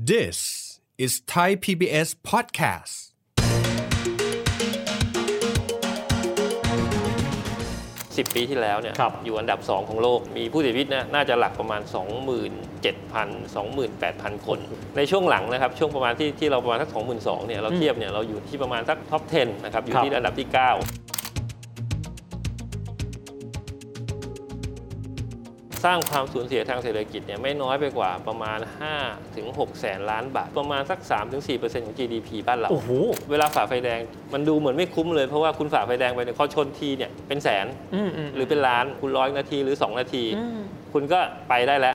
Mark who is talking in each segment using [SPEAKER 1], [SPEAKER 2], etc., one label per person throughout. [SPEAKER 1] This is Thai PBS podcast.
[SPEAKER 2] 10 ปีที่แล้วเนี่ย
[SPEAKER 3] ครับ
[SPEAKER 2] อยู่อันดับ 2 ของโลก มีผู้เสียชีวิตนะน่าจะหลักประมาณ 27,000 28,000 คน ในช่วงหลังนะครับ ช่วงประมาณที่ที่เราประมาณสัก22,000เนี่ยเราเทียบเนี่ยเราอยู่ที่ประมาณสักท็อป 10 นะครับ อยู่ที่อันดับที่ 9 สร้างความสูญเสียทางเศรษฐกิจเนี่ยไม่น้อยไปกว่าประมาณ 5 ถึง 6 แสนล้านบาท ประมาณสัก 3-4%ของ GDP บ้านเรา
[SPEAKER 3] โอ้โห
[SPEAKER 2] เวลาฝ่าไฟแดงมันดูเหมือนไม่คุ้มเลยเพราะว่าคุณฝ่าไฟแดงไปเนี่ยเขาชนทีเนี่ยเป็นแสน
[SPEAKER 3] อืมอืม
[SPEAKER 2] หรือเป็นล้านคุณร้อยนาทีหรือ 2 นาที คุณก็ไปได้แล้ว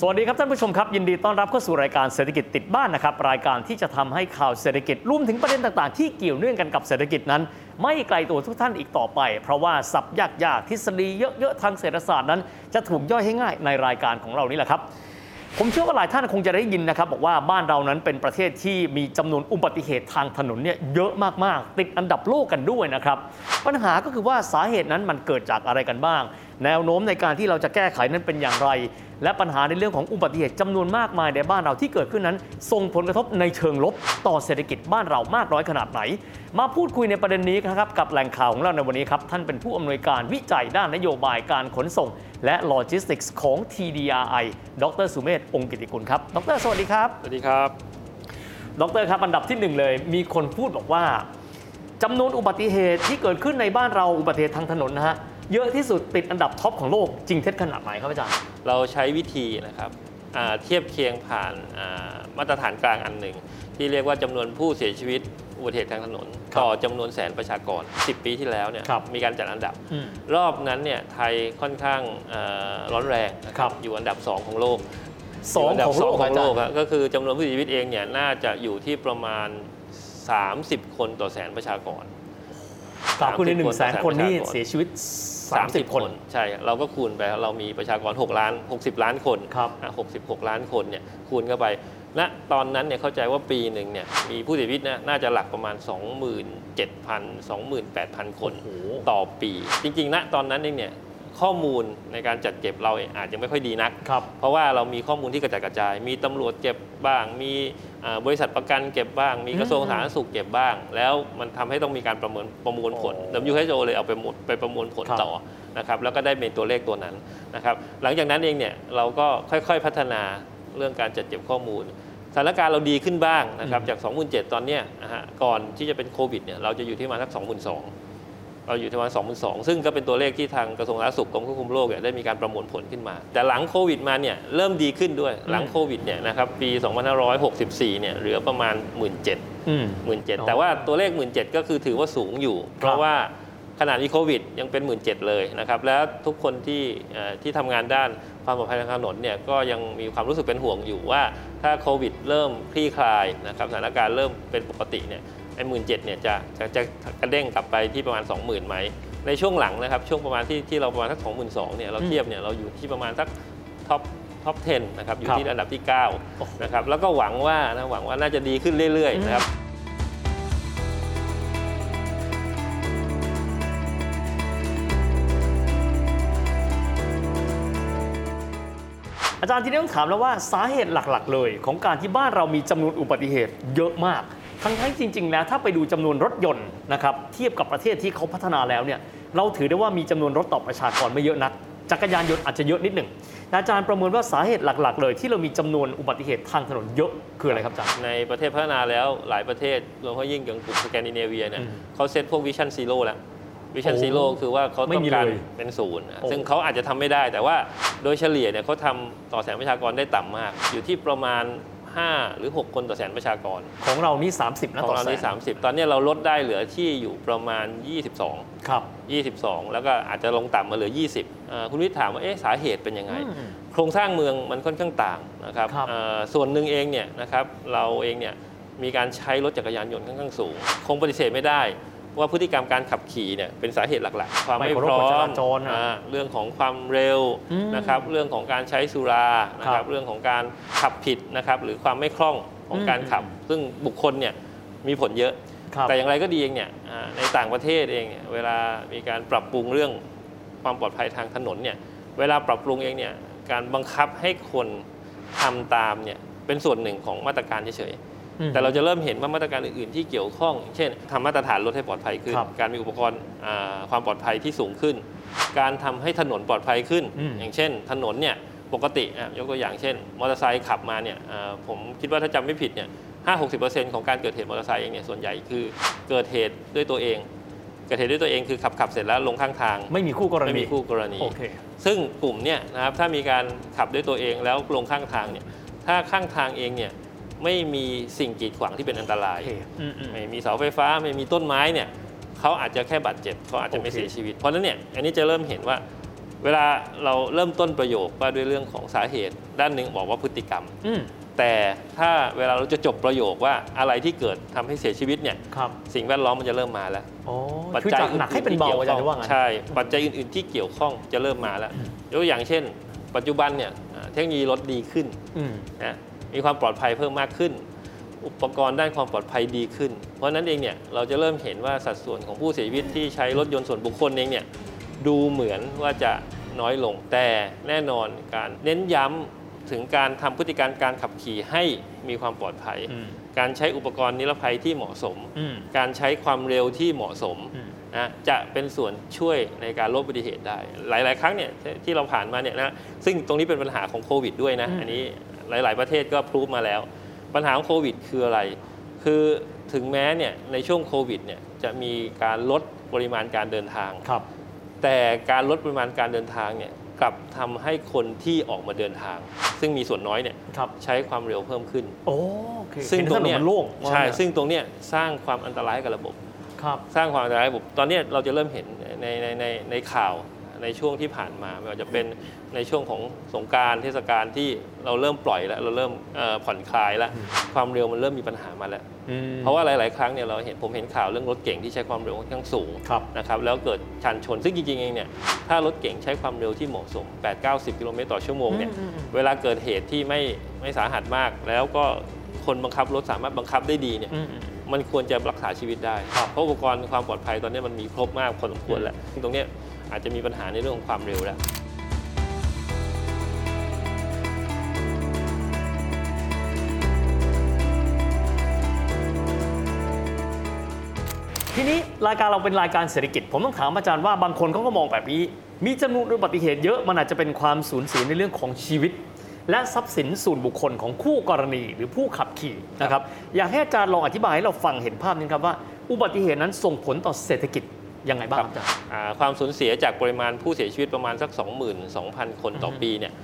[SPEAKER 3] สวัสดีครับท่านผู้ชมครับ ยินดีต้อนรับเข้าสู่รายการเศรษฐกิจติดบ้านนะครับรายการที่จะทำให้ข่าวเศรษฐกิจรวมถึงประเด็นต่างๆ ที่เกี่ยวเนื่องกันกับเศรษฐกิจนั้น ไม่ไกลตัวทุกท่านอีกต่อไป เพราะว่าสับยากๆทฤษฎีเยอะๆทางเศรษฐศาสตร์นั้น จะถูกย่อยให้ง่ายในรายการของเรานี่แหละครับ ผมเชื่อว่าหลายท่านคงจะได้ยินนะครับ บอกว่าบ้านเรานั้นเป็นประเทศที่มีจำนวนอุบัติเหตุทางถนนเนี่ยเยอะมาก ๆ ติดอันดับโลกกันด้วยนะครับ ปัญหาก็คือว่าสาเหตุนั้นมันเกิดจากอะไรกันบ้าง แนวโน้มในการที่เราจะแก้ไขนั้นเป็นอย่างไร และปัญหาในเรื่องของอุบัติเหตุจำนวนมากมายในบ้านเราที่เกิดขึ้นนั้น ส่งผลกระทบในเชิงลบต่อเศรษฐกิจบ้านเรามากน้อยขนาดไหน มาพูดคุยในประเด็นนี้นะครับกับแหล่งข่าวของเราในวันนี้ครับท่านเป็นผู้อำนวยการวิจัยด้านนโยบายการขนส่ง และโลจิสติกส์ของ TDRI ดรสุเมธองค์กิติกุลครับ ดร สวัสดีครับ
[SPEAKER 2] สวัสดีครับ
[SPEAKER 3] ดรครับ อันดับที่หนึ่งเลย มีคนพูดบอกว่าจำนวนอุบัติเหตุที่เกิดขึ้นในบ้านเราอุบัติเหตุทางถนนนะฮะ เยอะที่สุดติดอันดับท็อปของโลกจริงเท็จขนาดไหนครับอาจารย์
[SPEAKER 2] เราใช้วิธีนะครับอ่าเทียบเคียงผ่านอ่ามาตรฐานกลางอันหนึ่ง ที่เรียกว่าจำนวนผู้เสียชีวิตอุบัติเหตุทางถนน
[SPEAKER 3] ครับ
[SPEAKER 2] ต่อจำนวนแสนประชากร 10 ปีที่แล้วเนี่ย
[SPEAKER 3] ครับ
[SPEAKER 2] มีการจัดอันดับ
[SPEAKER 3] อืม
[SPEAKER 2] รอบนั้นเนี่ยไทยค่อนข้างเอ่อร้อนแรงนะค
[SPEAKER 3] ครั
[SPEAKER 2] รับบ อยู่อันดับ 2 ของโลก
[SPEAKER 3] สอง
[SPEAKER 2] ดับ
[SPEAKER 3] ของโลก
[SPEAKER 2] สของโลก
[SPEAKER 3] อาจารย์
[SPEAKER 2] ครับก็คือจำนวนผู้เสียชีวิตเองเนี่ยน่าจะอยู่ที่ประมาณ 30 คนต่อแสนประชากร
[SPEAKER 3] กล่าวคือในหนึ่งแสน
[SPEAKER 2] 30
[SPEAKER 3] คน
[SPEAKER 2] ป
[SPEAKER 3] นี่
[SPEAKER 2] ระชากร
[SPEAKER 3] เสียชีวิต 30 คน
[SPEAKER 2] ใช่เราก็คูณไปเรามีประชากร 6 ล้าน 60 ล้านคน
[SPEAKER 3] ครับ
[SPEAKER 2] อ่ะ66 ล้านคนเนี่ยคูณเข้าไปณตอนนั้นเนี่ยเข้าใจว่าปีหนึ่งเนี่ยมีผู้เสียชีวิตนะน่าจะหลักประมาณ 27,000 28,000 คน
[SPEAKER 3] โอ้โห
[SPEAKER 2] ต่อปี จริงๆณตอนนั้นเองเนี่ยข้อมูลในการจัดเก็บเราอาจจะไม่ค่อยดีนัก
[SPEAKER 3] ครับ
[SPEAKER 2] เพราะว่าเรามีข้อมูลที่กระจายกระจาย มีตำรวจเก็บบ้าง มีอ่าบริษัทประกันเก็บบ้าง มีกระทรวง
[SPEAKER 3] อืม
[SPEAKER 2] สาธารณสุขเก็บบ้าง แล้วมันทำให้ต้องมีการประเมินประมวลผล
[SPEAKER 3] อ๋อ
[SPEAKER 2] WHO เลยเอาไปหมดไปประมวลผล
[SPEAKER 3] ครับ
[SPEAKER 2] ต่อนะครับ แล้วก็ได้เป็นตัวเลขตัวนั้นนะครับ หลังจากนั้นเองเนี่ยเราก็ค่อยๆพัฒนาเรื่องการจัดเก็บข้อมูล สถานการณ์เราดีขึ้นบ้างนะครับ จาก 2007 ตอนเนี้ยนะฮะ ก่อนที่จะเป็นโควิดเนี่ยเราจะอยู่ที่ประมาณสัก22,000 เราอยู่ที่ประมาณ2002 ซึ่งก็เป็นตัวเลขที่ทางกระทรวงสาธารณสุขกรมควบคุมโรคเนี่ยได้มีการประมวลผลขึ้นมา แต่หลังโควิดมาเนี่ยเริ่มดีขึ้นด้วย หลังโควิดเนี่ยนะครับปี 2564 เนี่ยเหลือประมาณ 1 7 0 0 0
[SPEAKER 3] อืม
[SPEAKER 2] 17,000 แต่ว่าตัวเลข 17,000 ก็คือถือว่าสูงอยู่ เพราะว่าขนาดมีโควิดยังเป็น 17,000 เลยนะครับ แล้วทุกคนที่เอ่อที่ทำงานด้านความปลอดภัยทางถนนเนี่ยก็ยังมีความรู้สึกเป็นห่วงอยู่ว่า ถ้าโควิดเริ่มคลี่คลายนะครับสถานการณ์เริ่มเป็นปกติเนี่ยไอ้หมื่นเเนี่ยจะจะจะกระเด้งกลับไปที่ประมาณ 20,000ไหมในช่วงหลังนะครับช่วงประมาณที่ที่เราประมาณสัก22,000เนี่ยเรา
[SPEAKER 3] อืม
[SPEAKER 2] เทียบเนี่ยเราอยู่ที่ประมาณสักท็อปท็อป10นะครับอยู่
[SPEAKER 3] ครับ
[SPEAKER 2] ที่อันดับที่9นะครับแล้วก็หวังว่านะหวังว่าน่าจะดีขึ้นเรื่อยๆนะครับ
[SPEAKER 3] อาจารย์ที่นี้ต้องถามแล้วว่าสาเหตุหลักๆ เลย ของการที่บ้านเรามีจำนวนอุบัติเหตุเยอะมาก ทั้งๆจริง ๆ แล้วถ้าไปดูจำนวนรถยนต์นะครับเทียบกับประเทศที่เขาพัฒนาแล้วเนี่ยเราถือได้ว่ามีจำนวนรถต่อประชากรไม่เยอะนักจักรยานยนต์อาจจะเยอะนิดหนึ่งแต่อาจารย์ประเมินว่าสาเหตุหลัก ๆ เลย ที่เรามีจำนวนอุบัติเหตุทางถนนเยอะคืออะไรครับอาจารย์
[SPEAKER 2] ในประเทศพัฒนาแล้วหลายประเทศรวมทั้งยิ่งอย่างกลุ่มสแกนดิเนเวียเนี่ย
[SPEAKER 3] อืม
[SPEAKER 2] เขาเซตพวกวิชั่นซีโร่แล้ววิชั่น
[SPEAKER 3] โอ้
[SPEAKER 2] ซีโร่คือว่าเขา
[SPEAKER 3] ไม่
[SPEAKER 2] ต้อง
[SPEAKER 3] มี
[SPEAKER 2] การ
[SPEAKER 3] เลย
[SPEAKER 2] เป็นศูนย์นะ
[SPEAKER 3] โอ้
[SPEAKER 2] ซึ่งเขาอาจจะทำไม่ได้ แต่ว่าโดยเฉลี่ยเนี่ยเขาทำต่อแสนประชากรได้ต่ำมาก อยู่ที่ประมาณ 5 หรือ 6 คนต่อแสนประชากร
[SPEAKER 3] ของเรานี่30นะ
[SPEAKER 2] ขอ
[SPEAKER 3] ต่
[SPEAKER 2] ง
[SPEAKER 3] อ
[SPEAKER 2] เรา
[SPEAKER 3] แส
[SPEAKER 2] ที่
[SPEAKER 3] น
[SPEAKER 2] 30 ตอนเนี้ยเราลดได้เหลือที่อยู่ประมาณ 22
[SPEAKER 3] ครับ
[SPEAKER 2] 22 แล้วก็อาจจะลงต่ำมาเหลือ 20อ่าคุณวิทย์ถามว่าเอ๊ะสาเหตุเป็นยังไง
[SPEAKER 3] อืม
[SPEAKER 2] โครงสร้างเมืองมันค่อนข้างต่างนะครับ
[SPEAKER 3] ครับ
[SPEAKER 2] เอ่อส่วนหนึ่งเองเนี่ยนะครับเราเองเนี่ยมีการใช้รถจักรยานยนต์ค่อนข้างสูง คงปฏิเสธไม่ได้ ว่าพฤติกรรมการขับขี่เนี่ยเป็นสาเหตุหลักๆ ความไม่
[SPEAKER 3] ไม่เคา
[SPEAKER 2] พ
[SPEAKER 3] ร
[SPEAKER 2] ร้
[SPEAKER 3] พ
[SPEAKER 2] อก
[SPEAKER 3] ฎจ
[SPEAKER 2] ม
[SPEAKER 3] ราจรนะ
[SPEAKER 2] อ่าเรื่องของความเร็ว
[SPEAKER 3] อืม
[SPEAKER 2] นะครับเรื่องของการใช้สุรานะค
[SPEAKER 3] ครั
[SPEAKER 2] รับบ เรื่องของการขับผิดนะครับหรือความไม่คล่อง ของ
[SPEAKER 3] อืม
[SPEAKER 2] การขับ ซึ่งบุคคลเนี่ยมีผลเยอะ
[SPEAKER 3] ครับ
[SPEAKER 2] แต่อย่างไรก็ดีเองเนี่ยอ่าในต่างประเทศเองเนี่ยเวลามีการปรับปรุงเรื่องความปลอดภัยทางถนนเนี่ยเวลาปรับปรุงเองเนี่ยการบังคับให้คนทำตามเนี่ยเป็นส่วนหนึ่งของมาตรการเฉยๆ
[SPEAKER 3] อืม
[SPEAKER 2] แต่เราจะเริ่มเห็นว่ามาตรการอื่นๆที่เกี่ยวข้อง เช่นทำมาตรฐานรถให้ปลอดภัยขึ้น
[SPEAKER 3] ครับ
[SPEAKER 2] การมีอุปกรณ์อ่าความปลอดภัยที่สูงขึ้น การทำให้ถนนปลอดภัยขึ้น
[SPEAKER 3] อืม
[SPEAKER 2] อย่างเช่น ถนนเนี่ยปกติอ่ะยกตัวอย่างเช่น มอเตอร์ไซค์ขับมาเนี่ยอ่าผมคิดว่าถ้าจำไม่ผิดเนี่ยห้าหกสิบเปอร์เซ็นต์ของการเกิดเหตุมอเตอร์ไซค์เองเนี่ยส่วนใหญ่คือเกิดเหตุด้วยตัวเอง เกิดเหตุด้วยตัวเองคือขับขับเสร็จแล้วลงข้างทาง
[SPEAKER 3] ไม่มีคู่กรณี
[SPEAKER 2] ไม่มีคู่กรณี
[SPEAKER 3] โอเค
[SPEAKER 2] ซึ่งกลุ่มเนี่ยนะครับถ้ามีการขับด้วยตัวเองแล้วลงข้างทางเนี่ยถ้าข้างทางเองเนี่ยไม่มีสิ่งกีดขวางที่เป็นอันตราย
[SPEAKER 3] โอเคอืมอืม
[SPEAKER 2] ไม่มีเสาไฟฟ้าไม่มีต้นไม้เนี่ยเขาอาจจะแค่บาดเจ็บเขาอาจจะไม่
[SPEAKER 3] โอเค
[SPEAKER 2] เสียชีวิต เพราะฉะนั้นเนี่ยอันนี้จะเริ่มเห็นว่า เวลาเราเริ่มต้นประโยคว่าด้วยเรื่องของสาเหตุ ด้านหนึ่งบอกว่าพฤติกรรม
[SPEAKER 3] อืม
[SPEAKER 2] แต่ถ้าเวลาเราจะจบประโยคว่าอะไรที่เกิดทำให้เสียชีวิตเนี่ย
[SPEAKER 3] ครับ
[SPEAKER 2] สิ่งแวดล้อมมันจะเริ่มมาแล้ว
[SPEAKER 3] อ๋อ
[SPEAKER 2] ปัจ
[SPEAKER 3] คือ
[SPEAKER 2] จัย
[SPEAKER 3] จากหนักให้เป็นเบาอาจารย์จะว่าไงน
[SPEAKER 2] ใช่ ปัจจัยอื่นๆที่เกี่ยวข้องจะเริ่มมาแล้วยกตัวอย่างเช่น ปัจจุบันเนี่ยอ่าเทคโนโลยีรถดีขึ้น
[SPEAKER 3] อืม
[SPEAKER 2] นะมีความปลอดภัยเพิ่มมากขึ้น อุปกรณ์ด้านความปลอดภัยดีขึ้น เพราะฉะนั้นเองเนี่ยเราจะเริ่มเห็นว่าสัดส่วนของผู้เสียชีวิตที่ใช้รถยนต์ส่วนบุคคลเองเนี่ยดูเหมือนว่าจะน้อยลง แต่แน่นอนการเน้นย้ำถึงการทำพฤติการการขับขี่ให้มีความปลอดภัย
[SPEAKER 3] อืม
[SPEAKER 2] การใช้อุปกรณ์นิรภัยที่เหมาะสม
[SPEAKER 3] อืม
[SPEAKER 2] การใช้ความเร็วที่เหมาะสม
[SPEAKER 3] อืม
[SPEAKER 2] นะจะเป็นส่วนช่วยในการลดอุบัติเหตุได้ หลาย ๆ ครั้งเนี่ยที่ที่เราผ่านมาเนี่ยนะซึ่งตรงนี้เป็นปัญหาของโควิดด้วยนะ อันนี้หลาย ๆ ประเทศก็พรูฟมาแล้ว ปัญหาของโควิดคืออะไร คือถึงแม้เนี่ยในช่วงโควิดเนี่ยจะมีการลดปริมาณการเดินทาง
[SPEAKER 3] ครับ
[SPEAKER 2] แต่การลดปริมาณการเดินทางเนี่ยกลับทำให้คนที่ออกมาเดินทาง ซึ่งมีส่วนน้อยเนี่ย
[SPEAKER 3] ครับ
[SPEAKER 2] ใช้ความเร็วเพิ่มขึ้น
[SPEAKER 3] โอเค
[SPEAKER 2] ซึ่ง
[SPEAKER 3] เห็น
[SPEAKER 2] ต
[SPEAKER 3] ถ
[SPEAKER 2] รง
[SPEAKER 3] นน
[SPEAKER 2] เนี้ย
[SPEAKER 3] มันโล่งว่า
[SPEAKER 2] ใช่
[SPEAKER 3] งั้น
[SPEAKER 2] ซึ่งตรงเนี้ยสร้างความอันตรายให้กับระบบ
[SPEAKER 3] ครับ
[SPEAKER 2] สร้างความอันตรายให้ระบบตอนเนี้ยเราจะเริ่มเห็นในในในในข่าวในช่วงที่ผ่านมาไม่ว่าจะเป็นในช่วงของสงกรารเทศกาลที่เราเริ่มปล่อยแล้วเราเริ่มเอ่อผ่อนคลายแล้วความเร็วมันเริ่มมีปัญหามาแล้ว
[SPEAKER 3] อืม
[SPEAKER 2] เพราะว่าหลาย ๆ ครั้งเนี่ยเราเห็นผมเห็นข่าวเรื่องรถเก่งที่ใช้ความเร็วค่อนข้างสูง
[SPEAKER 3] ครับ
[SPEAKER 2] นะครับแล้วเกิดชันชนซึ่งจริง ๆ เองเนี่ยถ้ารถเก่งใช้ความเร็วที่เหมาะสม 8-90 กิโลเมตรต่อชั่วโมงเนี่ย
[SPEAKER 3] อืมอืม
[SPEAKER 2] เวลาเกิดเหตุที่ไม่ไม่สาหัสมาก แล้วก็คนบังคับรถสามารถบังคับได้ดีเนี่ย
[SPEAKER 3] อืมอืม
[SPEAKER 2] มันควรจะรักษาชีวิตได้ เพราะอุปกรณ์ความปลอดภัยตอนนี้มันมีครบมากพอสมควรแล้วซึ่งตรงเนี้ยอาจจะมีปัญหาในเรื่องของความเร็วแล้ว
[SPEAKER 3] ทีนี้รายการเราเป็นรายการเศรษฐกิจ ผมต้องถามอาจารย์ว่าบางคนเขาก็มองแบบนี้ มีจำนวนอุบัติเหตุเยอะมันอาจจะเป็นความสูญเสียในเรื่องของชีวิต และทรัพย์สินส่วนบุคคลของคู่กรณีหรือผู้ขับขี่นะครับอยากให้อาจารย์ลองอธิบายให้เราฟังเห็นภาพนี้ครับว่า อุบัติเหตุนั้นส่งผลต่อเศรษฐกิจยังไงบ้างอาจารย์
[SPEAKER 2] อ่าความสูญเสียจากปริมาณผู้เสียชีวิตประมาณสัก 22,000 คนต่อปีเนี่ย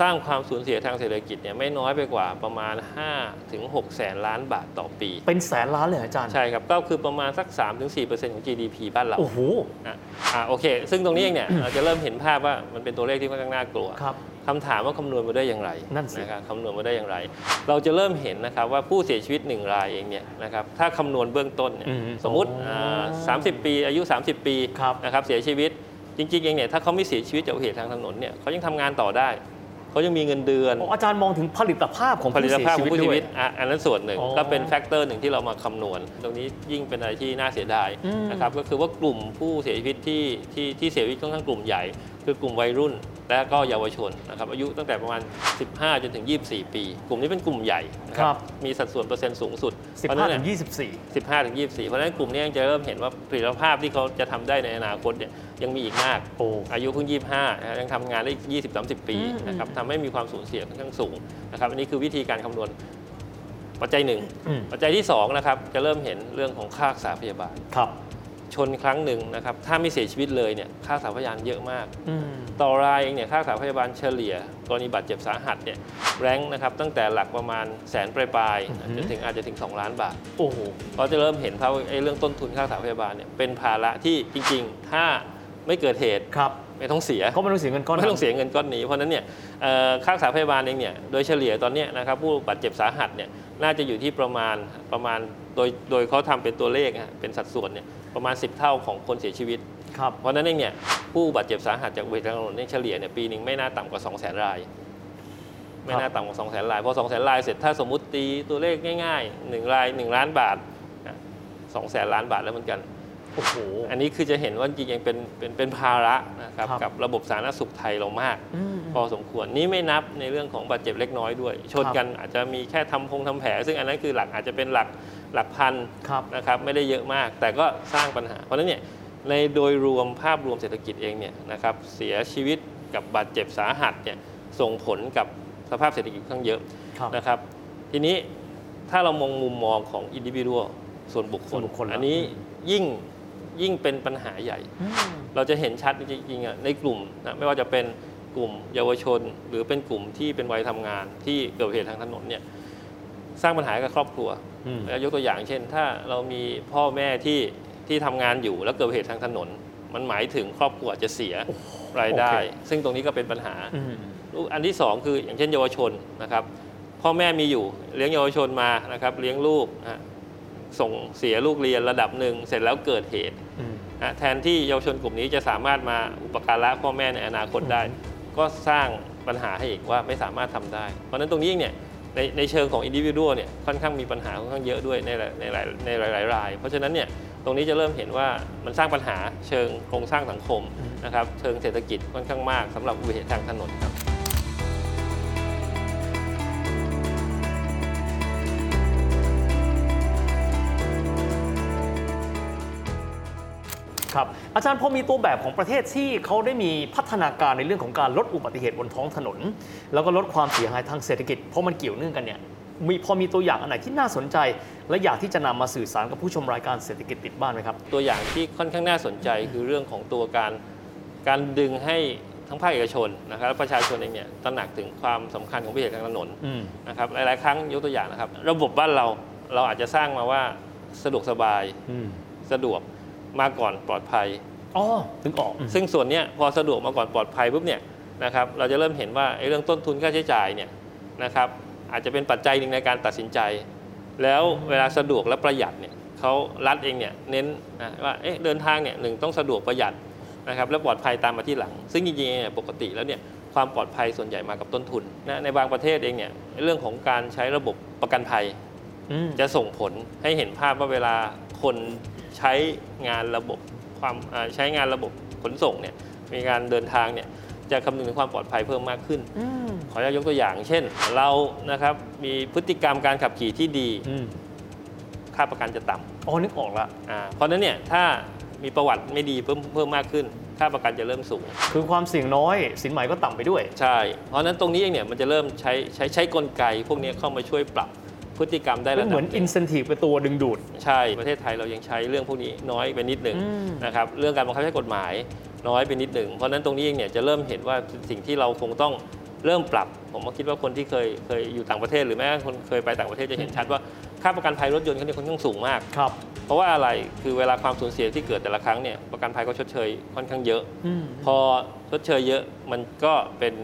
[SPEAKER 2] สร้างความสูญเสียทางเศรษฐกิจเนี่ยไม่น้อยไปกว่าประมาณ5ถึง6แสนล้านบาทต่อปี
[SPEAKER 3] เป็นแสนล้านเลยเหรออาจารย์
[SPEAKER 2] ใช่ครับ ก็คือประมาณสัก 3-4%ของ GDP บ้านเรา
[SPEAKER 3] โอ้โห
[SPEAKER 2] อ่ะอ่าโอเค ซึ่งตรงนี้เองเนี่ย เราจะเริ่มเห็นภาพว่ามันเป็นตัวเลขที่ค่อนข้างน่ากลัว
[SPEAKER 3] ครับ
[SPEAKER 2] คำถามว่าคำนวณมาได้อย่างไร
[SPEAKER 3] นั่นสิ
[SPEAKER 2] ครับคำนวณมาได้อย่างไร เราจะเริ่มเห็นนะครับว่าผู้เสียชีวิตหนึ่งรายเองเนี่ยนะครับถ้าคำนวณเบื้องต้นเนี่ย
[SPEAKER 3] อืม
[SPEAKER 2] สมมติ
[SPEAKER 3] อ๋ออ่
[SPEAKER 2] า30 ปีอายุ 30 ปี
[SPEAKER 3] ครับ
[SPEAKER 2] นะครับเสียชีวิตจริงๆเองเนี่ยถ้าเขาไม่เสียชีวิตจากอุบัติเหตุทางถนนเนี่ยเขายังทำงานต่อได้เขายังมีเงินเดือน
[SPEAKER 3] อ๋ออาจารย์มองถึงผลิตภาพของ
[SPEAKER 2] ผลิต
[SPEAKER 3] ผู้เสีย
[SPEAKER 2] ภาพ
[SPEAKER 3] ชี
[SPEAKER 2] ของ
[SPEAKER 3] วิต
[SPEAKER 2] ผู้เสีย
[SPEAKER 3] ด้
[SPEAKER 2] ชี
[SPEAKER 3] วย
[SPEAKER 2] วิตอ่ะอันนั้นส่วนหนึ่ง
[SPEAKER 3] อ๋อ
[SPEAKER 2] ก็เป็นแฟกเตอร์หนึ่งที่เรามาคำนวณ ตรงนี้ยิ่งเป็นอะไรที่น่าเสียดาย
[SPEAKER 3] อืม
[SPEAKER 2] นะครับก็คือว่ากลุ่มผู้เสียชีวิตที่ที่ที่เสียชีวิตค่อนข้างกลุ่มใหญ่ คือกลุ่มวัยรุ่น และก็เยาวชนนะครับอายุตั้งแต่ประมาณ 15 จนถึง 24 ปี กลุ่มนี้เป็นกลุ่มใหญ่นะค
[SPEAKER 3] ครั
[SPEAKER 2] รับ บมีสัดส่วนเปอร์เซ็นต์สูงสุดเพราะฉะ
[SPEAKER 3] 15
[SPEAKER 2] นั้น
[SPEAKER 3] ถึ
[SPEAKER 2] เนี่ย
[SPEAKER 3] ง24
[SPEAKER 2] 15ถึง24 เพราะฉะนั้นกลุ่มนี้ยังจะเริ่มเห็นว่าผลิตภาพที่เขาจะทำได้ในอนาคตเนี่ยยังมีอีกมาก
[SPEAKER 3] โอ้
[SPEAKER 2] อายุเพิ่ง 25นะฮะยังทำงานได้อีก20 30 ปี
[SPEAKER 3] อืม
[SPEAKER 2] นะครับทำให้มีความสูญเสียค่อนข้างสูงนะครับอันนี้คือวิธีการคำนวณปัจจัยหนึ่ง
[SPEAKER 3] อืม
[SPEAKER 2] ปัจจัยที่สองนะครับจะเริ่มเห็นเรื่องของค่ารักษาพยาบาล
[SPEAKER 3] ครับ
[SPEAKER 2] ชนครั้งหนึ่งนะครับถ้าไม่เสียชีวิตเลยเนี่ยค่ารักษาพยาบาลเยอะมาก
[SPEAKER 3] อืม
[SPEAKER 2] ต่อรายเองเนี่ยค่ารักษาพยาบาลเฉลี่ย กรณีบาดเจ็บสาหัสเนี่ยแรงนะครับตั้งแต่หลักประมาณแสนปลายๆจนถึงอาจจะถึง 2 ล้านบาท
[SPEAKER 3] โอ้โห
[SPEAKER 2] ก็จะเริ่มเห็นภาพว่าไอ้เรื่องต้นทุนค่ารักษาพยาบาลเนี่ยเป็นภาระที่จริง ๆ ถ้าไม่เกิดเหตุ
[SPEAKER 3] ครับ
[SPEAKER 2] ไม่ต้องเสีย
[SPEAKER 3] เขาไม่ต้องเสียเงินก้อนนั้น
[SPEAKER 2] ไม่ต้องเสียเงินก้อนนี้ เพราะฉะนั้นเนี่ยเอ่อค่ารักษาพยาบาลเองเนี่ยโดยเฉลี่ยตอนเนี้ยนะครับผู้บาดเจ็บสาหัสเนี่ยน่าจะอยู่ที่ประมาณประมาณโดยโดยเขาทำเป็นตัวเลขนะฮะเป็นสัดส่วนเนี่ยประมาณ 10 เท่าของคนเสียชีวิต
[SPEAKER 3] ครับ
[SPEAKER 2] เพราะฉะนั้นเองเนี่ยผู้บาดเจ็บสาหัสจากอุบัติเหตุทางถนนเนี่ยเฉลี่ยเนี่ยปีหนึ่งไม่น่าต่ำกว่า 2 0 0 0 0 0 ราย ไม่น่าต่ำกว่า2 0 0 0 0 0รายพอ2 0 0 0 0 0รายเสร็จถ้าสมมติตีตัวเลขง่ายๆ1ราย 1 ล้านบาท2แสนล้านบาทแล้วเหมือนกัน
[SPEAKER 3] โอ้โห
[SPEAKER 2] อันนี้คือจะเห็นว่าจริงๆยังเป็นเป็นเป็นภาระนะครับ
[SPEAKER 3] ครับ
[SPEAKER 2] กับระบบสาธารณสุขไทยเรามาก
[SPEAKER 3] อืม
[SPEAKER 2] พอสมควรนี่ไม่นับในเรื่องของบาดเจ็บเล็กน้อยด้วย ชนกันอาจจะมีแค่ทำพงทำแผล ซึ่งอันนั้นคือหลักอาจจะเป็นหลักหลักพัน
[SPEAKER 3] ครับ
[SPEAKER 2] นะครับไม่ได้เยอะมาก แต่ก็สร้างปัญหา เพราะฉะนั้นเนี่ยในโดยรวมภาพรวมเศรษฐกิจเองเนี่ยนะครับเสียชีวิตกับบาดเจ็บสาหัสเนี่ยส่งผลกับสภาพเศรษฐกิจค่อนข้างเยอะ
[SPEAKER 3] ครับ
[SPEAKER 2] นะครับ ทีนี้ถ้าเรามองมุมมองของอินดิวิวส่วนบุคค
[SPEAKER 3] ส่ว
[SPEAKER 2] ล
[SPEAKER 3] นบุคคลแล้ว
[SPEAKER 2] อันนี้ยิ่งยิ่งเป็นปัญหาใหญ่
[SPEAKER 3] อืม
[SPEAKER 2] เราจะเห็นชัดจริงๆอะในกลุ่มนะไม่ว่าจะเป็นกลุ่มเยาวชน หรือเป็นกลุ่มที่เป็นวัยทำงาน ที่เกิดเหตุทางถนนเนี่ยสร้างปัญหาให้กับครอบครัว
[SPEAKER 3] อืม
[SPEAKER 2] แล้วยกตัวอย่างเช่น ถ้าเรามีพ่อแม่ที่ที่ทำงานอยู่แล้วเกิดเหตุทางถนน มันหมายถึงครอบครัวจะเสียรายได้ ซึ่งตรงนี้ก็เป็นปัญหา
[SPEAKER 3] อืม
[SPEAKER 2] อันที่สองคืออย่างเช่นเยาวชนนะครับพ่อแม่มีอยู่เลี้ยงเยาวชนมานะครับเลี้ยงลูกนะฮะส่งเสียลูกเรียนระดับหนึ่งเสร็จแล้วเกิดเหตุ
[SPEAKER 3] อืม
[SPEAKER 2] นะแทนที่เยาวชนกลุ่มนี้จะสามารถมาอุปการะพ่อแม่ในอนาคตได้ ก็สร้างปัญหาให้อีกว่าไม่สามารถทำได้ เพราะฉะนั้นตรงนี้เนี่ยในในเชิงของอินดิวิวดเนี่ยค่อนข้างมีปัญหาค่อนข้างเยอะด้วยในหลายในหลายในหลายๆราย เพราะฉะนั้นเนี่ยตรงนี้จะเริ่มเห็นว่ามันสร้างปัญหาเชิงโครงสร้างสังคมนะครับเชิงเศรษฐกิจค่อนข้างมากสำหรับอุบัติเหตุทางถนนครับ
[SPEAKER 3] ครับ อาจารย์พอมีตัวแบบของประเทศที่เขาได้มีพัฒนาการในเรื่องของการลดอุบัติเหตุบนท้องถนน แล้วก็ลดความเสียหายทางเศรษฐกิจ เพราะมันเกี่ยวเนื่องกันเนี่ยมีพอมีตัวอย่างอันไหนที่น่าสนใจ และอยากที่จะนำมาสื่อสารกับผู้ชมรายการเศรษฐกิจติดบ้านไหมครับ
[SPEAKER 2] ตัวอย่างที่ค่อนข้างน่าสนใจคือเรื่องของตัวการการดึงให้ทั้งภาคเอกชนนะครับและประชาชนเองเนี่ยตระหนักถึงความสำคัญของอุบัติเหตุทางถนน
[SPEAKER 3] อืม
[SPEAKER 2] นะครับหลาย ๆ ครั้งยกตัวอย่างนะครับ ระบบบ้านเราเราอาจจะสร้างมาว่าสะดวกสบาย
[SPEAKER 3] อืม
[SPEAKER 2] สะดวกมาก่อนปลอดภัย
[SPEAKER 3] อ๋อถึงออก
[SPEAKER 2] ซึ่งส่วนเนี้ยพอสะดวกมาก่อนปลอดภัยปุ๊บเนี่ยนะครับเราจะเริ่มเห็นว่าไอ้เรื่องต้นทุนค่าใช้จ่ายเนี่ยนะครับอาจจะเป็นปัจจัยหนึ่งในการตัดสินใจ แล้วเวลาสะดวกและประหยัดเนี่ยเขารัฐเองเนี่ยเน้นนะว่าเอ๊ะเดินทางเนี่ยหนึ่งต้องสะดวกประหยัดนะครับและปลอดภัยตามมาที่หลัง ซึ่งจริงๆเนี่ยปกติแล้วเนี่ยความปลอดภัยส่วนใหญ่มากับต้นทุนนะในบางประเทศเองเนี่ยเรื่องของการใช้ระบบประกันภัย
[SPEAKER 3] อืม
[SPEAKER 2] จะส่งผลให้เห็นภาพว่าเวลาคนใช้งานระบบความอ่าใช้งานระบบขนส่งเนี่ยมีการเดินทางเนี่ยจะคำนึงถึงความปลอดภัยเพิ่มมากขึ้น
[SPEAKER 3] อืม
[SPEAKER 2] ขออนุญาตยกตัวอย่าง เช่น เรานะครับมีพฤติกรรมการขับขี่ที่ดี
[SPEAKER 3] อืม
[SPEAKER 2] ค่าประกันจะต่
[SPEAKER 3] อ๋อ นึกออกละ
[SPEAKER 2] ำอ่าเพราะฉะนั้นเนี่ยถ้ามีประวัติไม่ดีเพิ่มเพิ่มมากขึ้น ค่าประกันจะเริ่มสูง
[SPEAKER 3] คือความเสี่ยงน้อย สินใหม่ก็ต่ำไปด้วย
[SPEAKER 2] ใช่ เพราะฉะนั้นตรงนี้เองเนี่ยมันจะเริ่มใช้ใช้ใช้กลไก พวกนี้เข้ามาช่วยปรับพฤติกรรมได้
[SPEAKER 3] เป็
[SPEAKER 2] ระ
[SPEAKER 3] น
[SPEAKER 2] ดับ
[SPEAKER 3] เหมือน
[SPEAKER 2] ห
[SPEAKER 3] อิ
[SPEAKER 2] ง
[SPEAKER 3] นเซนทีฟเป็นตัวดึงดูด
[SPEAKER 2] ใช่ ประเทศไทยเรายังใช้เรื่องพวกนี้น้อยไปนิดหนึ่ง
[SPEAKER 3] อืม
[SPEAKER 2] นะครับเรื่องการบังคับใช้กฎหมายน้อยไปนิดหนึ่งเพราะฉะนั้นตรงนี้เองเนี่ยจะเริ่มเห็นว่าสิ่งที่เราคงต้องเริ่มปรับ ผมก็คิดว่าคนที่เคยเคยอยู่ต่างประเทศ หรือแม้คนเคยไปต่างประเทศจะเห็นชัดว่าค่าประกันภัยรถยนต์เขาเนี่ยค่อนข้างสูงมาก
[SPEAKER 3] ครับ
[SPEAKER 2] เพราะว่าอะไรคือเวลาความสูญเสียที่เกิดแต่ละครั้งเนี่ยประกันภัยก็ชดเชยค่อนข้างเยอะ
[SPEAKER 3] อืม
[SPEAKER 2] พอชดเชยเยอะมันก็เป็น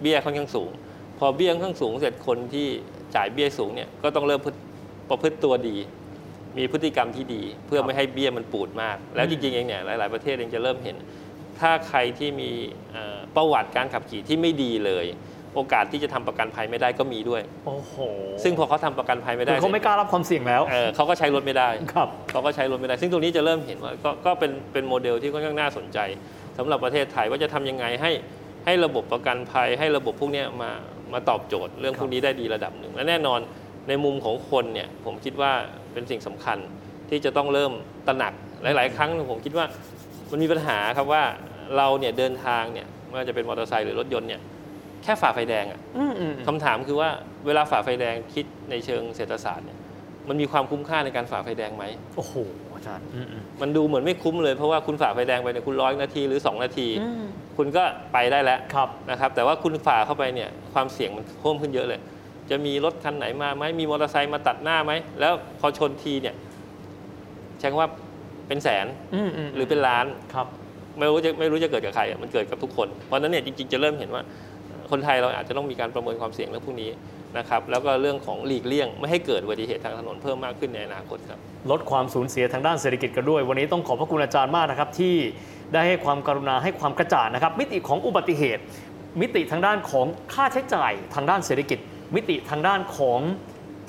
[SPEAKER 2] เบี้ยค่อนข้างสูง พอเบี้ยค่อนข้างสูงเสร็จคนที่จ่ายเบี้ยสูงเนี่ยก็ต้องเริ่มพฤติประพฤติตัวดี มีพฤติกรรมที่ดี เพื่อไม่ให้เบี้ยมันปูดมาก แล้วจริงๆเองเนี่ยหลายๆประเทศเองจะเริ่มเห็น ถ้าใครที่มีเอ่อประวัติการขับขี่ที่ไม่ดีเลย โอกาสที่จะทำประกันภัยไม่ได้ก็มีด้วย
[SPEAKER 3] โอ้โห
[SPEAKER 2] ซึ่งพอเขาทำประกันภัยไม่ได้
[SPEAKER 3] คือเขาไม่กล้ารับความเสี่ยงแล้ว
[SPEAKER 2] เอ่อเขาก็ใช้รถไม่ได้
[SPEAKER 3] ครับ
[SPEAKER 2] เขาก็ใช้รถไม่ได้ ซึ่งตรงนี้จะเริ่มเห็นว่าก็ก็เป็นเป็นโมเดลที่ค่อนข้างน่าสนใจสำหรับประเทศไทยว่าจะทำยังไงให้ให้ระบบประกันภัย ให้ระบบพวกเนี้ยมามาตอบโจทย์ เรื่องพวกนี้ได้ดีระดับหนึ่งและแน่นอนในมุมของคนเนี่ยผมคิดว่าเป็นสิ่งสำคัญที่จะต้องเริ่มตระหนักหลาย ๆ ครั้งผมคิดว่ามันมีปัญหาครับว่าเราเนี่ยเดินทางเนี่ยไม่ว่าจะเป็นมอเตอร์ไซค์หรือรถยนต์เนี่ยแค่ฝ่าไฟแดงอะ
[SPEAKER 3] อืมอืม
[SPEAKER 2] คำถามคือว่าเวลาฝ่าไฟแดงคิดในเชิงเศรษฐศาสตร์เนี่ยมันมีความคุ้มค่าในการฝ่าไฟแดงไหม
[SPEAKER 3] โอ้โห อาจารย์ อืมอืม
[SPEAKER 2] มันดูเหมือนไม่คุ้มเลยเพราะว่าคุณฝ่าไฟแดงไปเนี่ยคุณร้อยนาทีหรือ 2 นาที คุณก็ไปได้แล้ว
[SPEAKER 3] ครับ
[SPEAKER 2] นะครับแต่ว่าคุณฝ่าเข้าไปเนี่ยความเสี่ยงมันเพิ่มขึ้นเยอะเลย จะมีรถคันไหนมาไหมมีมอเตอร์ไซค์มาตัดหน้าไหม แล้วพอชนทีเนี่ยใช้คำว่าเป็นแสน
[SPEAKER 3] อืมอืม
[SPEAKER 2] หรือเป็นล้าน
[SPEAKER 3] ครับ
[SPEAKER 2] ไม่รู้จะไม่รู้จะเกิดกับใครอ่ะมันเกิดกับทุกคน เพราะฉะนั้นเนี่ยจริงๆจะเริ่มเห็นว่าเอ่อคนไทยเราอาจจะต้องมีการประเมินความเสี่ยงเรื่องพวกนี้นะครับแล้วก็เรื่องของหลีกเลี่ยง ไม่ให้เกิดอุบัติเหตุทางถนนเพิ่มมากขึ้นในอนาคตครับ
[SPEAKER 3] ลดความสูญเสียทางด้านเศรษฐกิจกันด้วย วันนี้ต้องขอบพระคุณอาจารย์มากนะครับที่ได้ให้ความกรุณาให้ความกระจ่างนะครับ มิติของอุบัติเหตุ มิติทางด้านของค่าใช้จ่ายทางด้านเศรษฐกิจ มิติทางด้านของ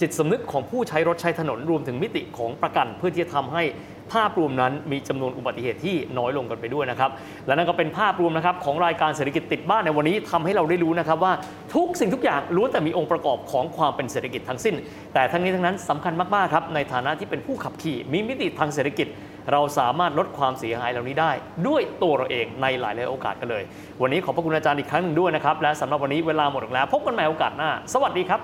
[SPEAKER 3] จิตสำนึกของผู้ใช้รถใช้ถนนรวมถึงมิติของประกัน เพื่อที่จะทำให้ภาพรวมนั้นมีจำนวนอุบัติเหตุที่น้อยลงกันไปด้วยนะครับและนั่นก็เป็นภาพรวมนะครับของรายการเศรษฐกิจติดบ้านในวันนี้ทำให้เราได้รู้นะครับว่าทุกสิ่งทุกอย่างล้วนแต่มีองค์ประกอบของความเป็นเศรษฐกิจทั้งสิ้น แต่ทั้งนี้ทั้งนั้นสำคัญมากๆครับในฐานะที่เป็นผู้ขับขี่มีมิติทางเศรษฐกิจ เราสามารถลดความเสียหายเหล่านี้ได้ ด้วยตัวเราเองในหลายๆโอกาสกันเลย วันนี้ขอบพระคุณอาจารย์อีกครั้งหนึ่งด้วยนะครับ และสำหรับวันนี้เวลาหมดลงแล้ว พบกันใหม่โอกาสหน้า สวัสดีครับ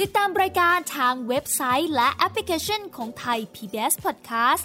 [SPEAKER 4] ติดตามรายการทางเว็บไซต์และแอปพลิเคชันของไทย PBS Podcast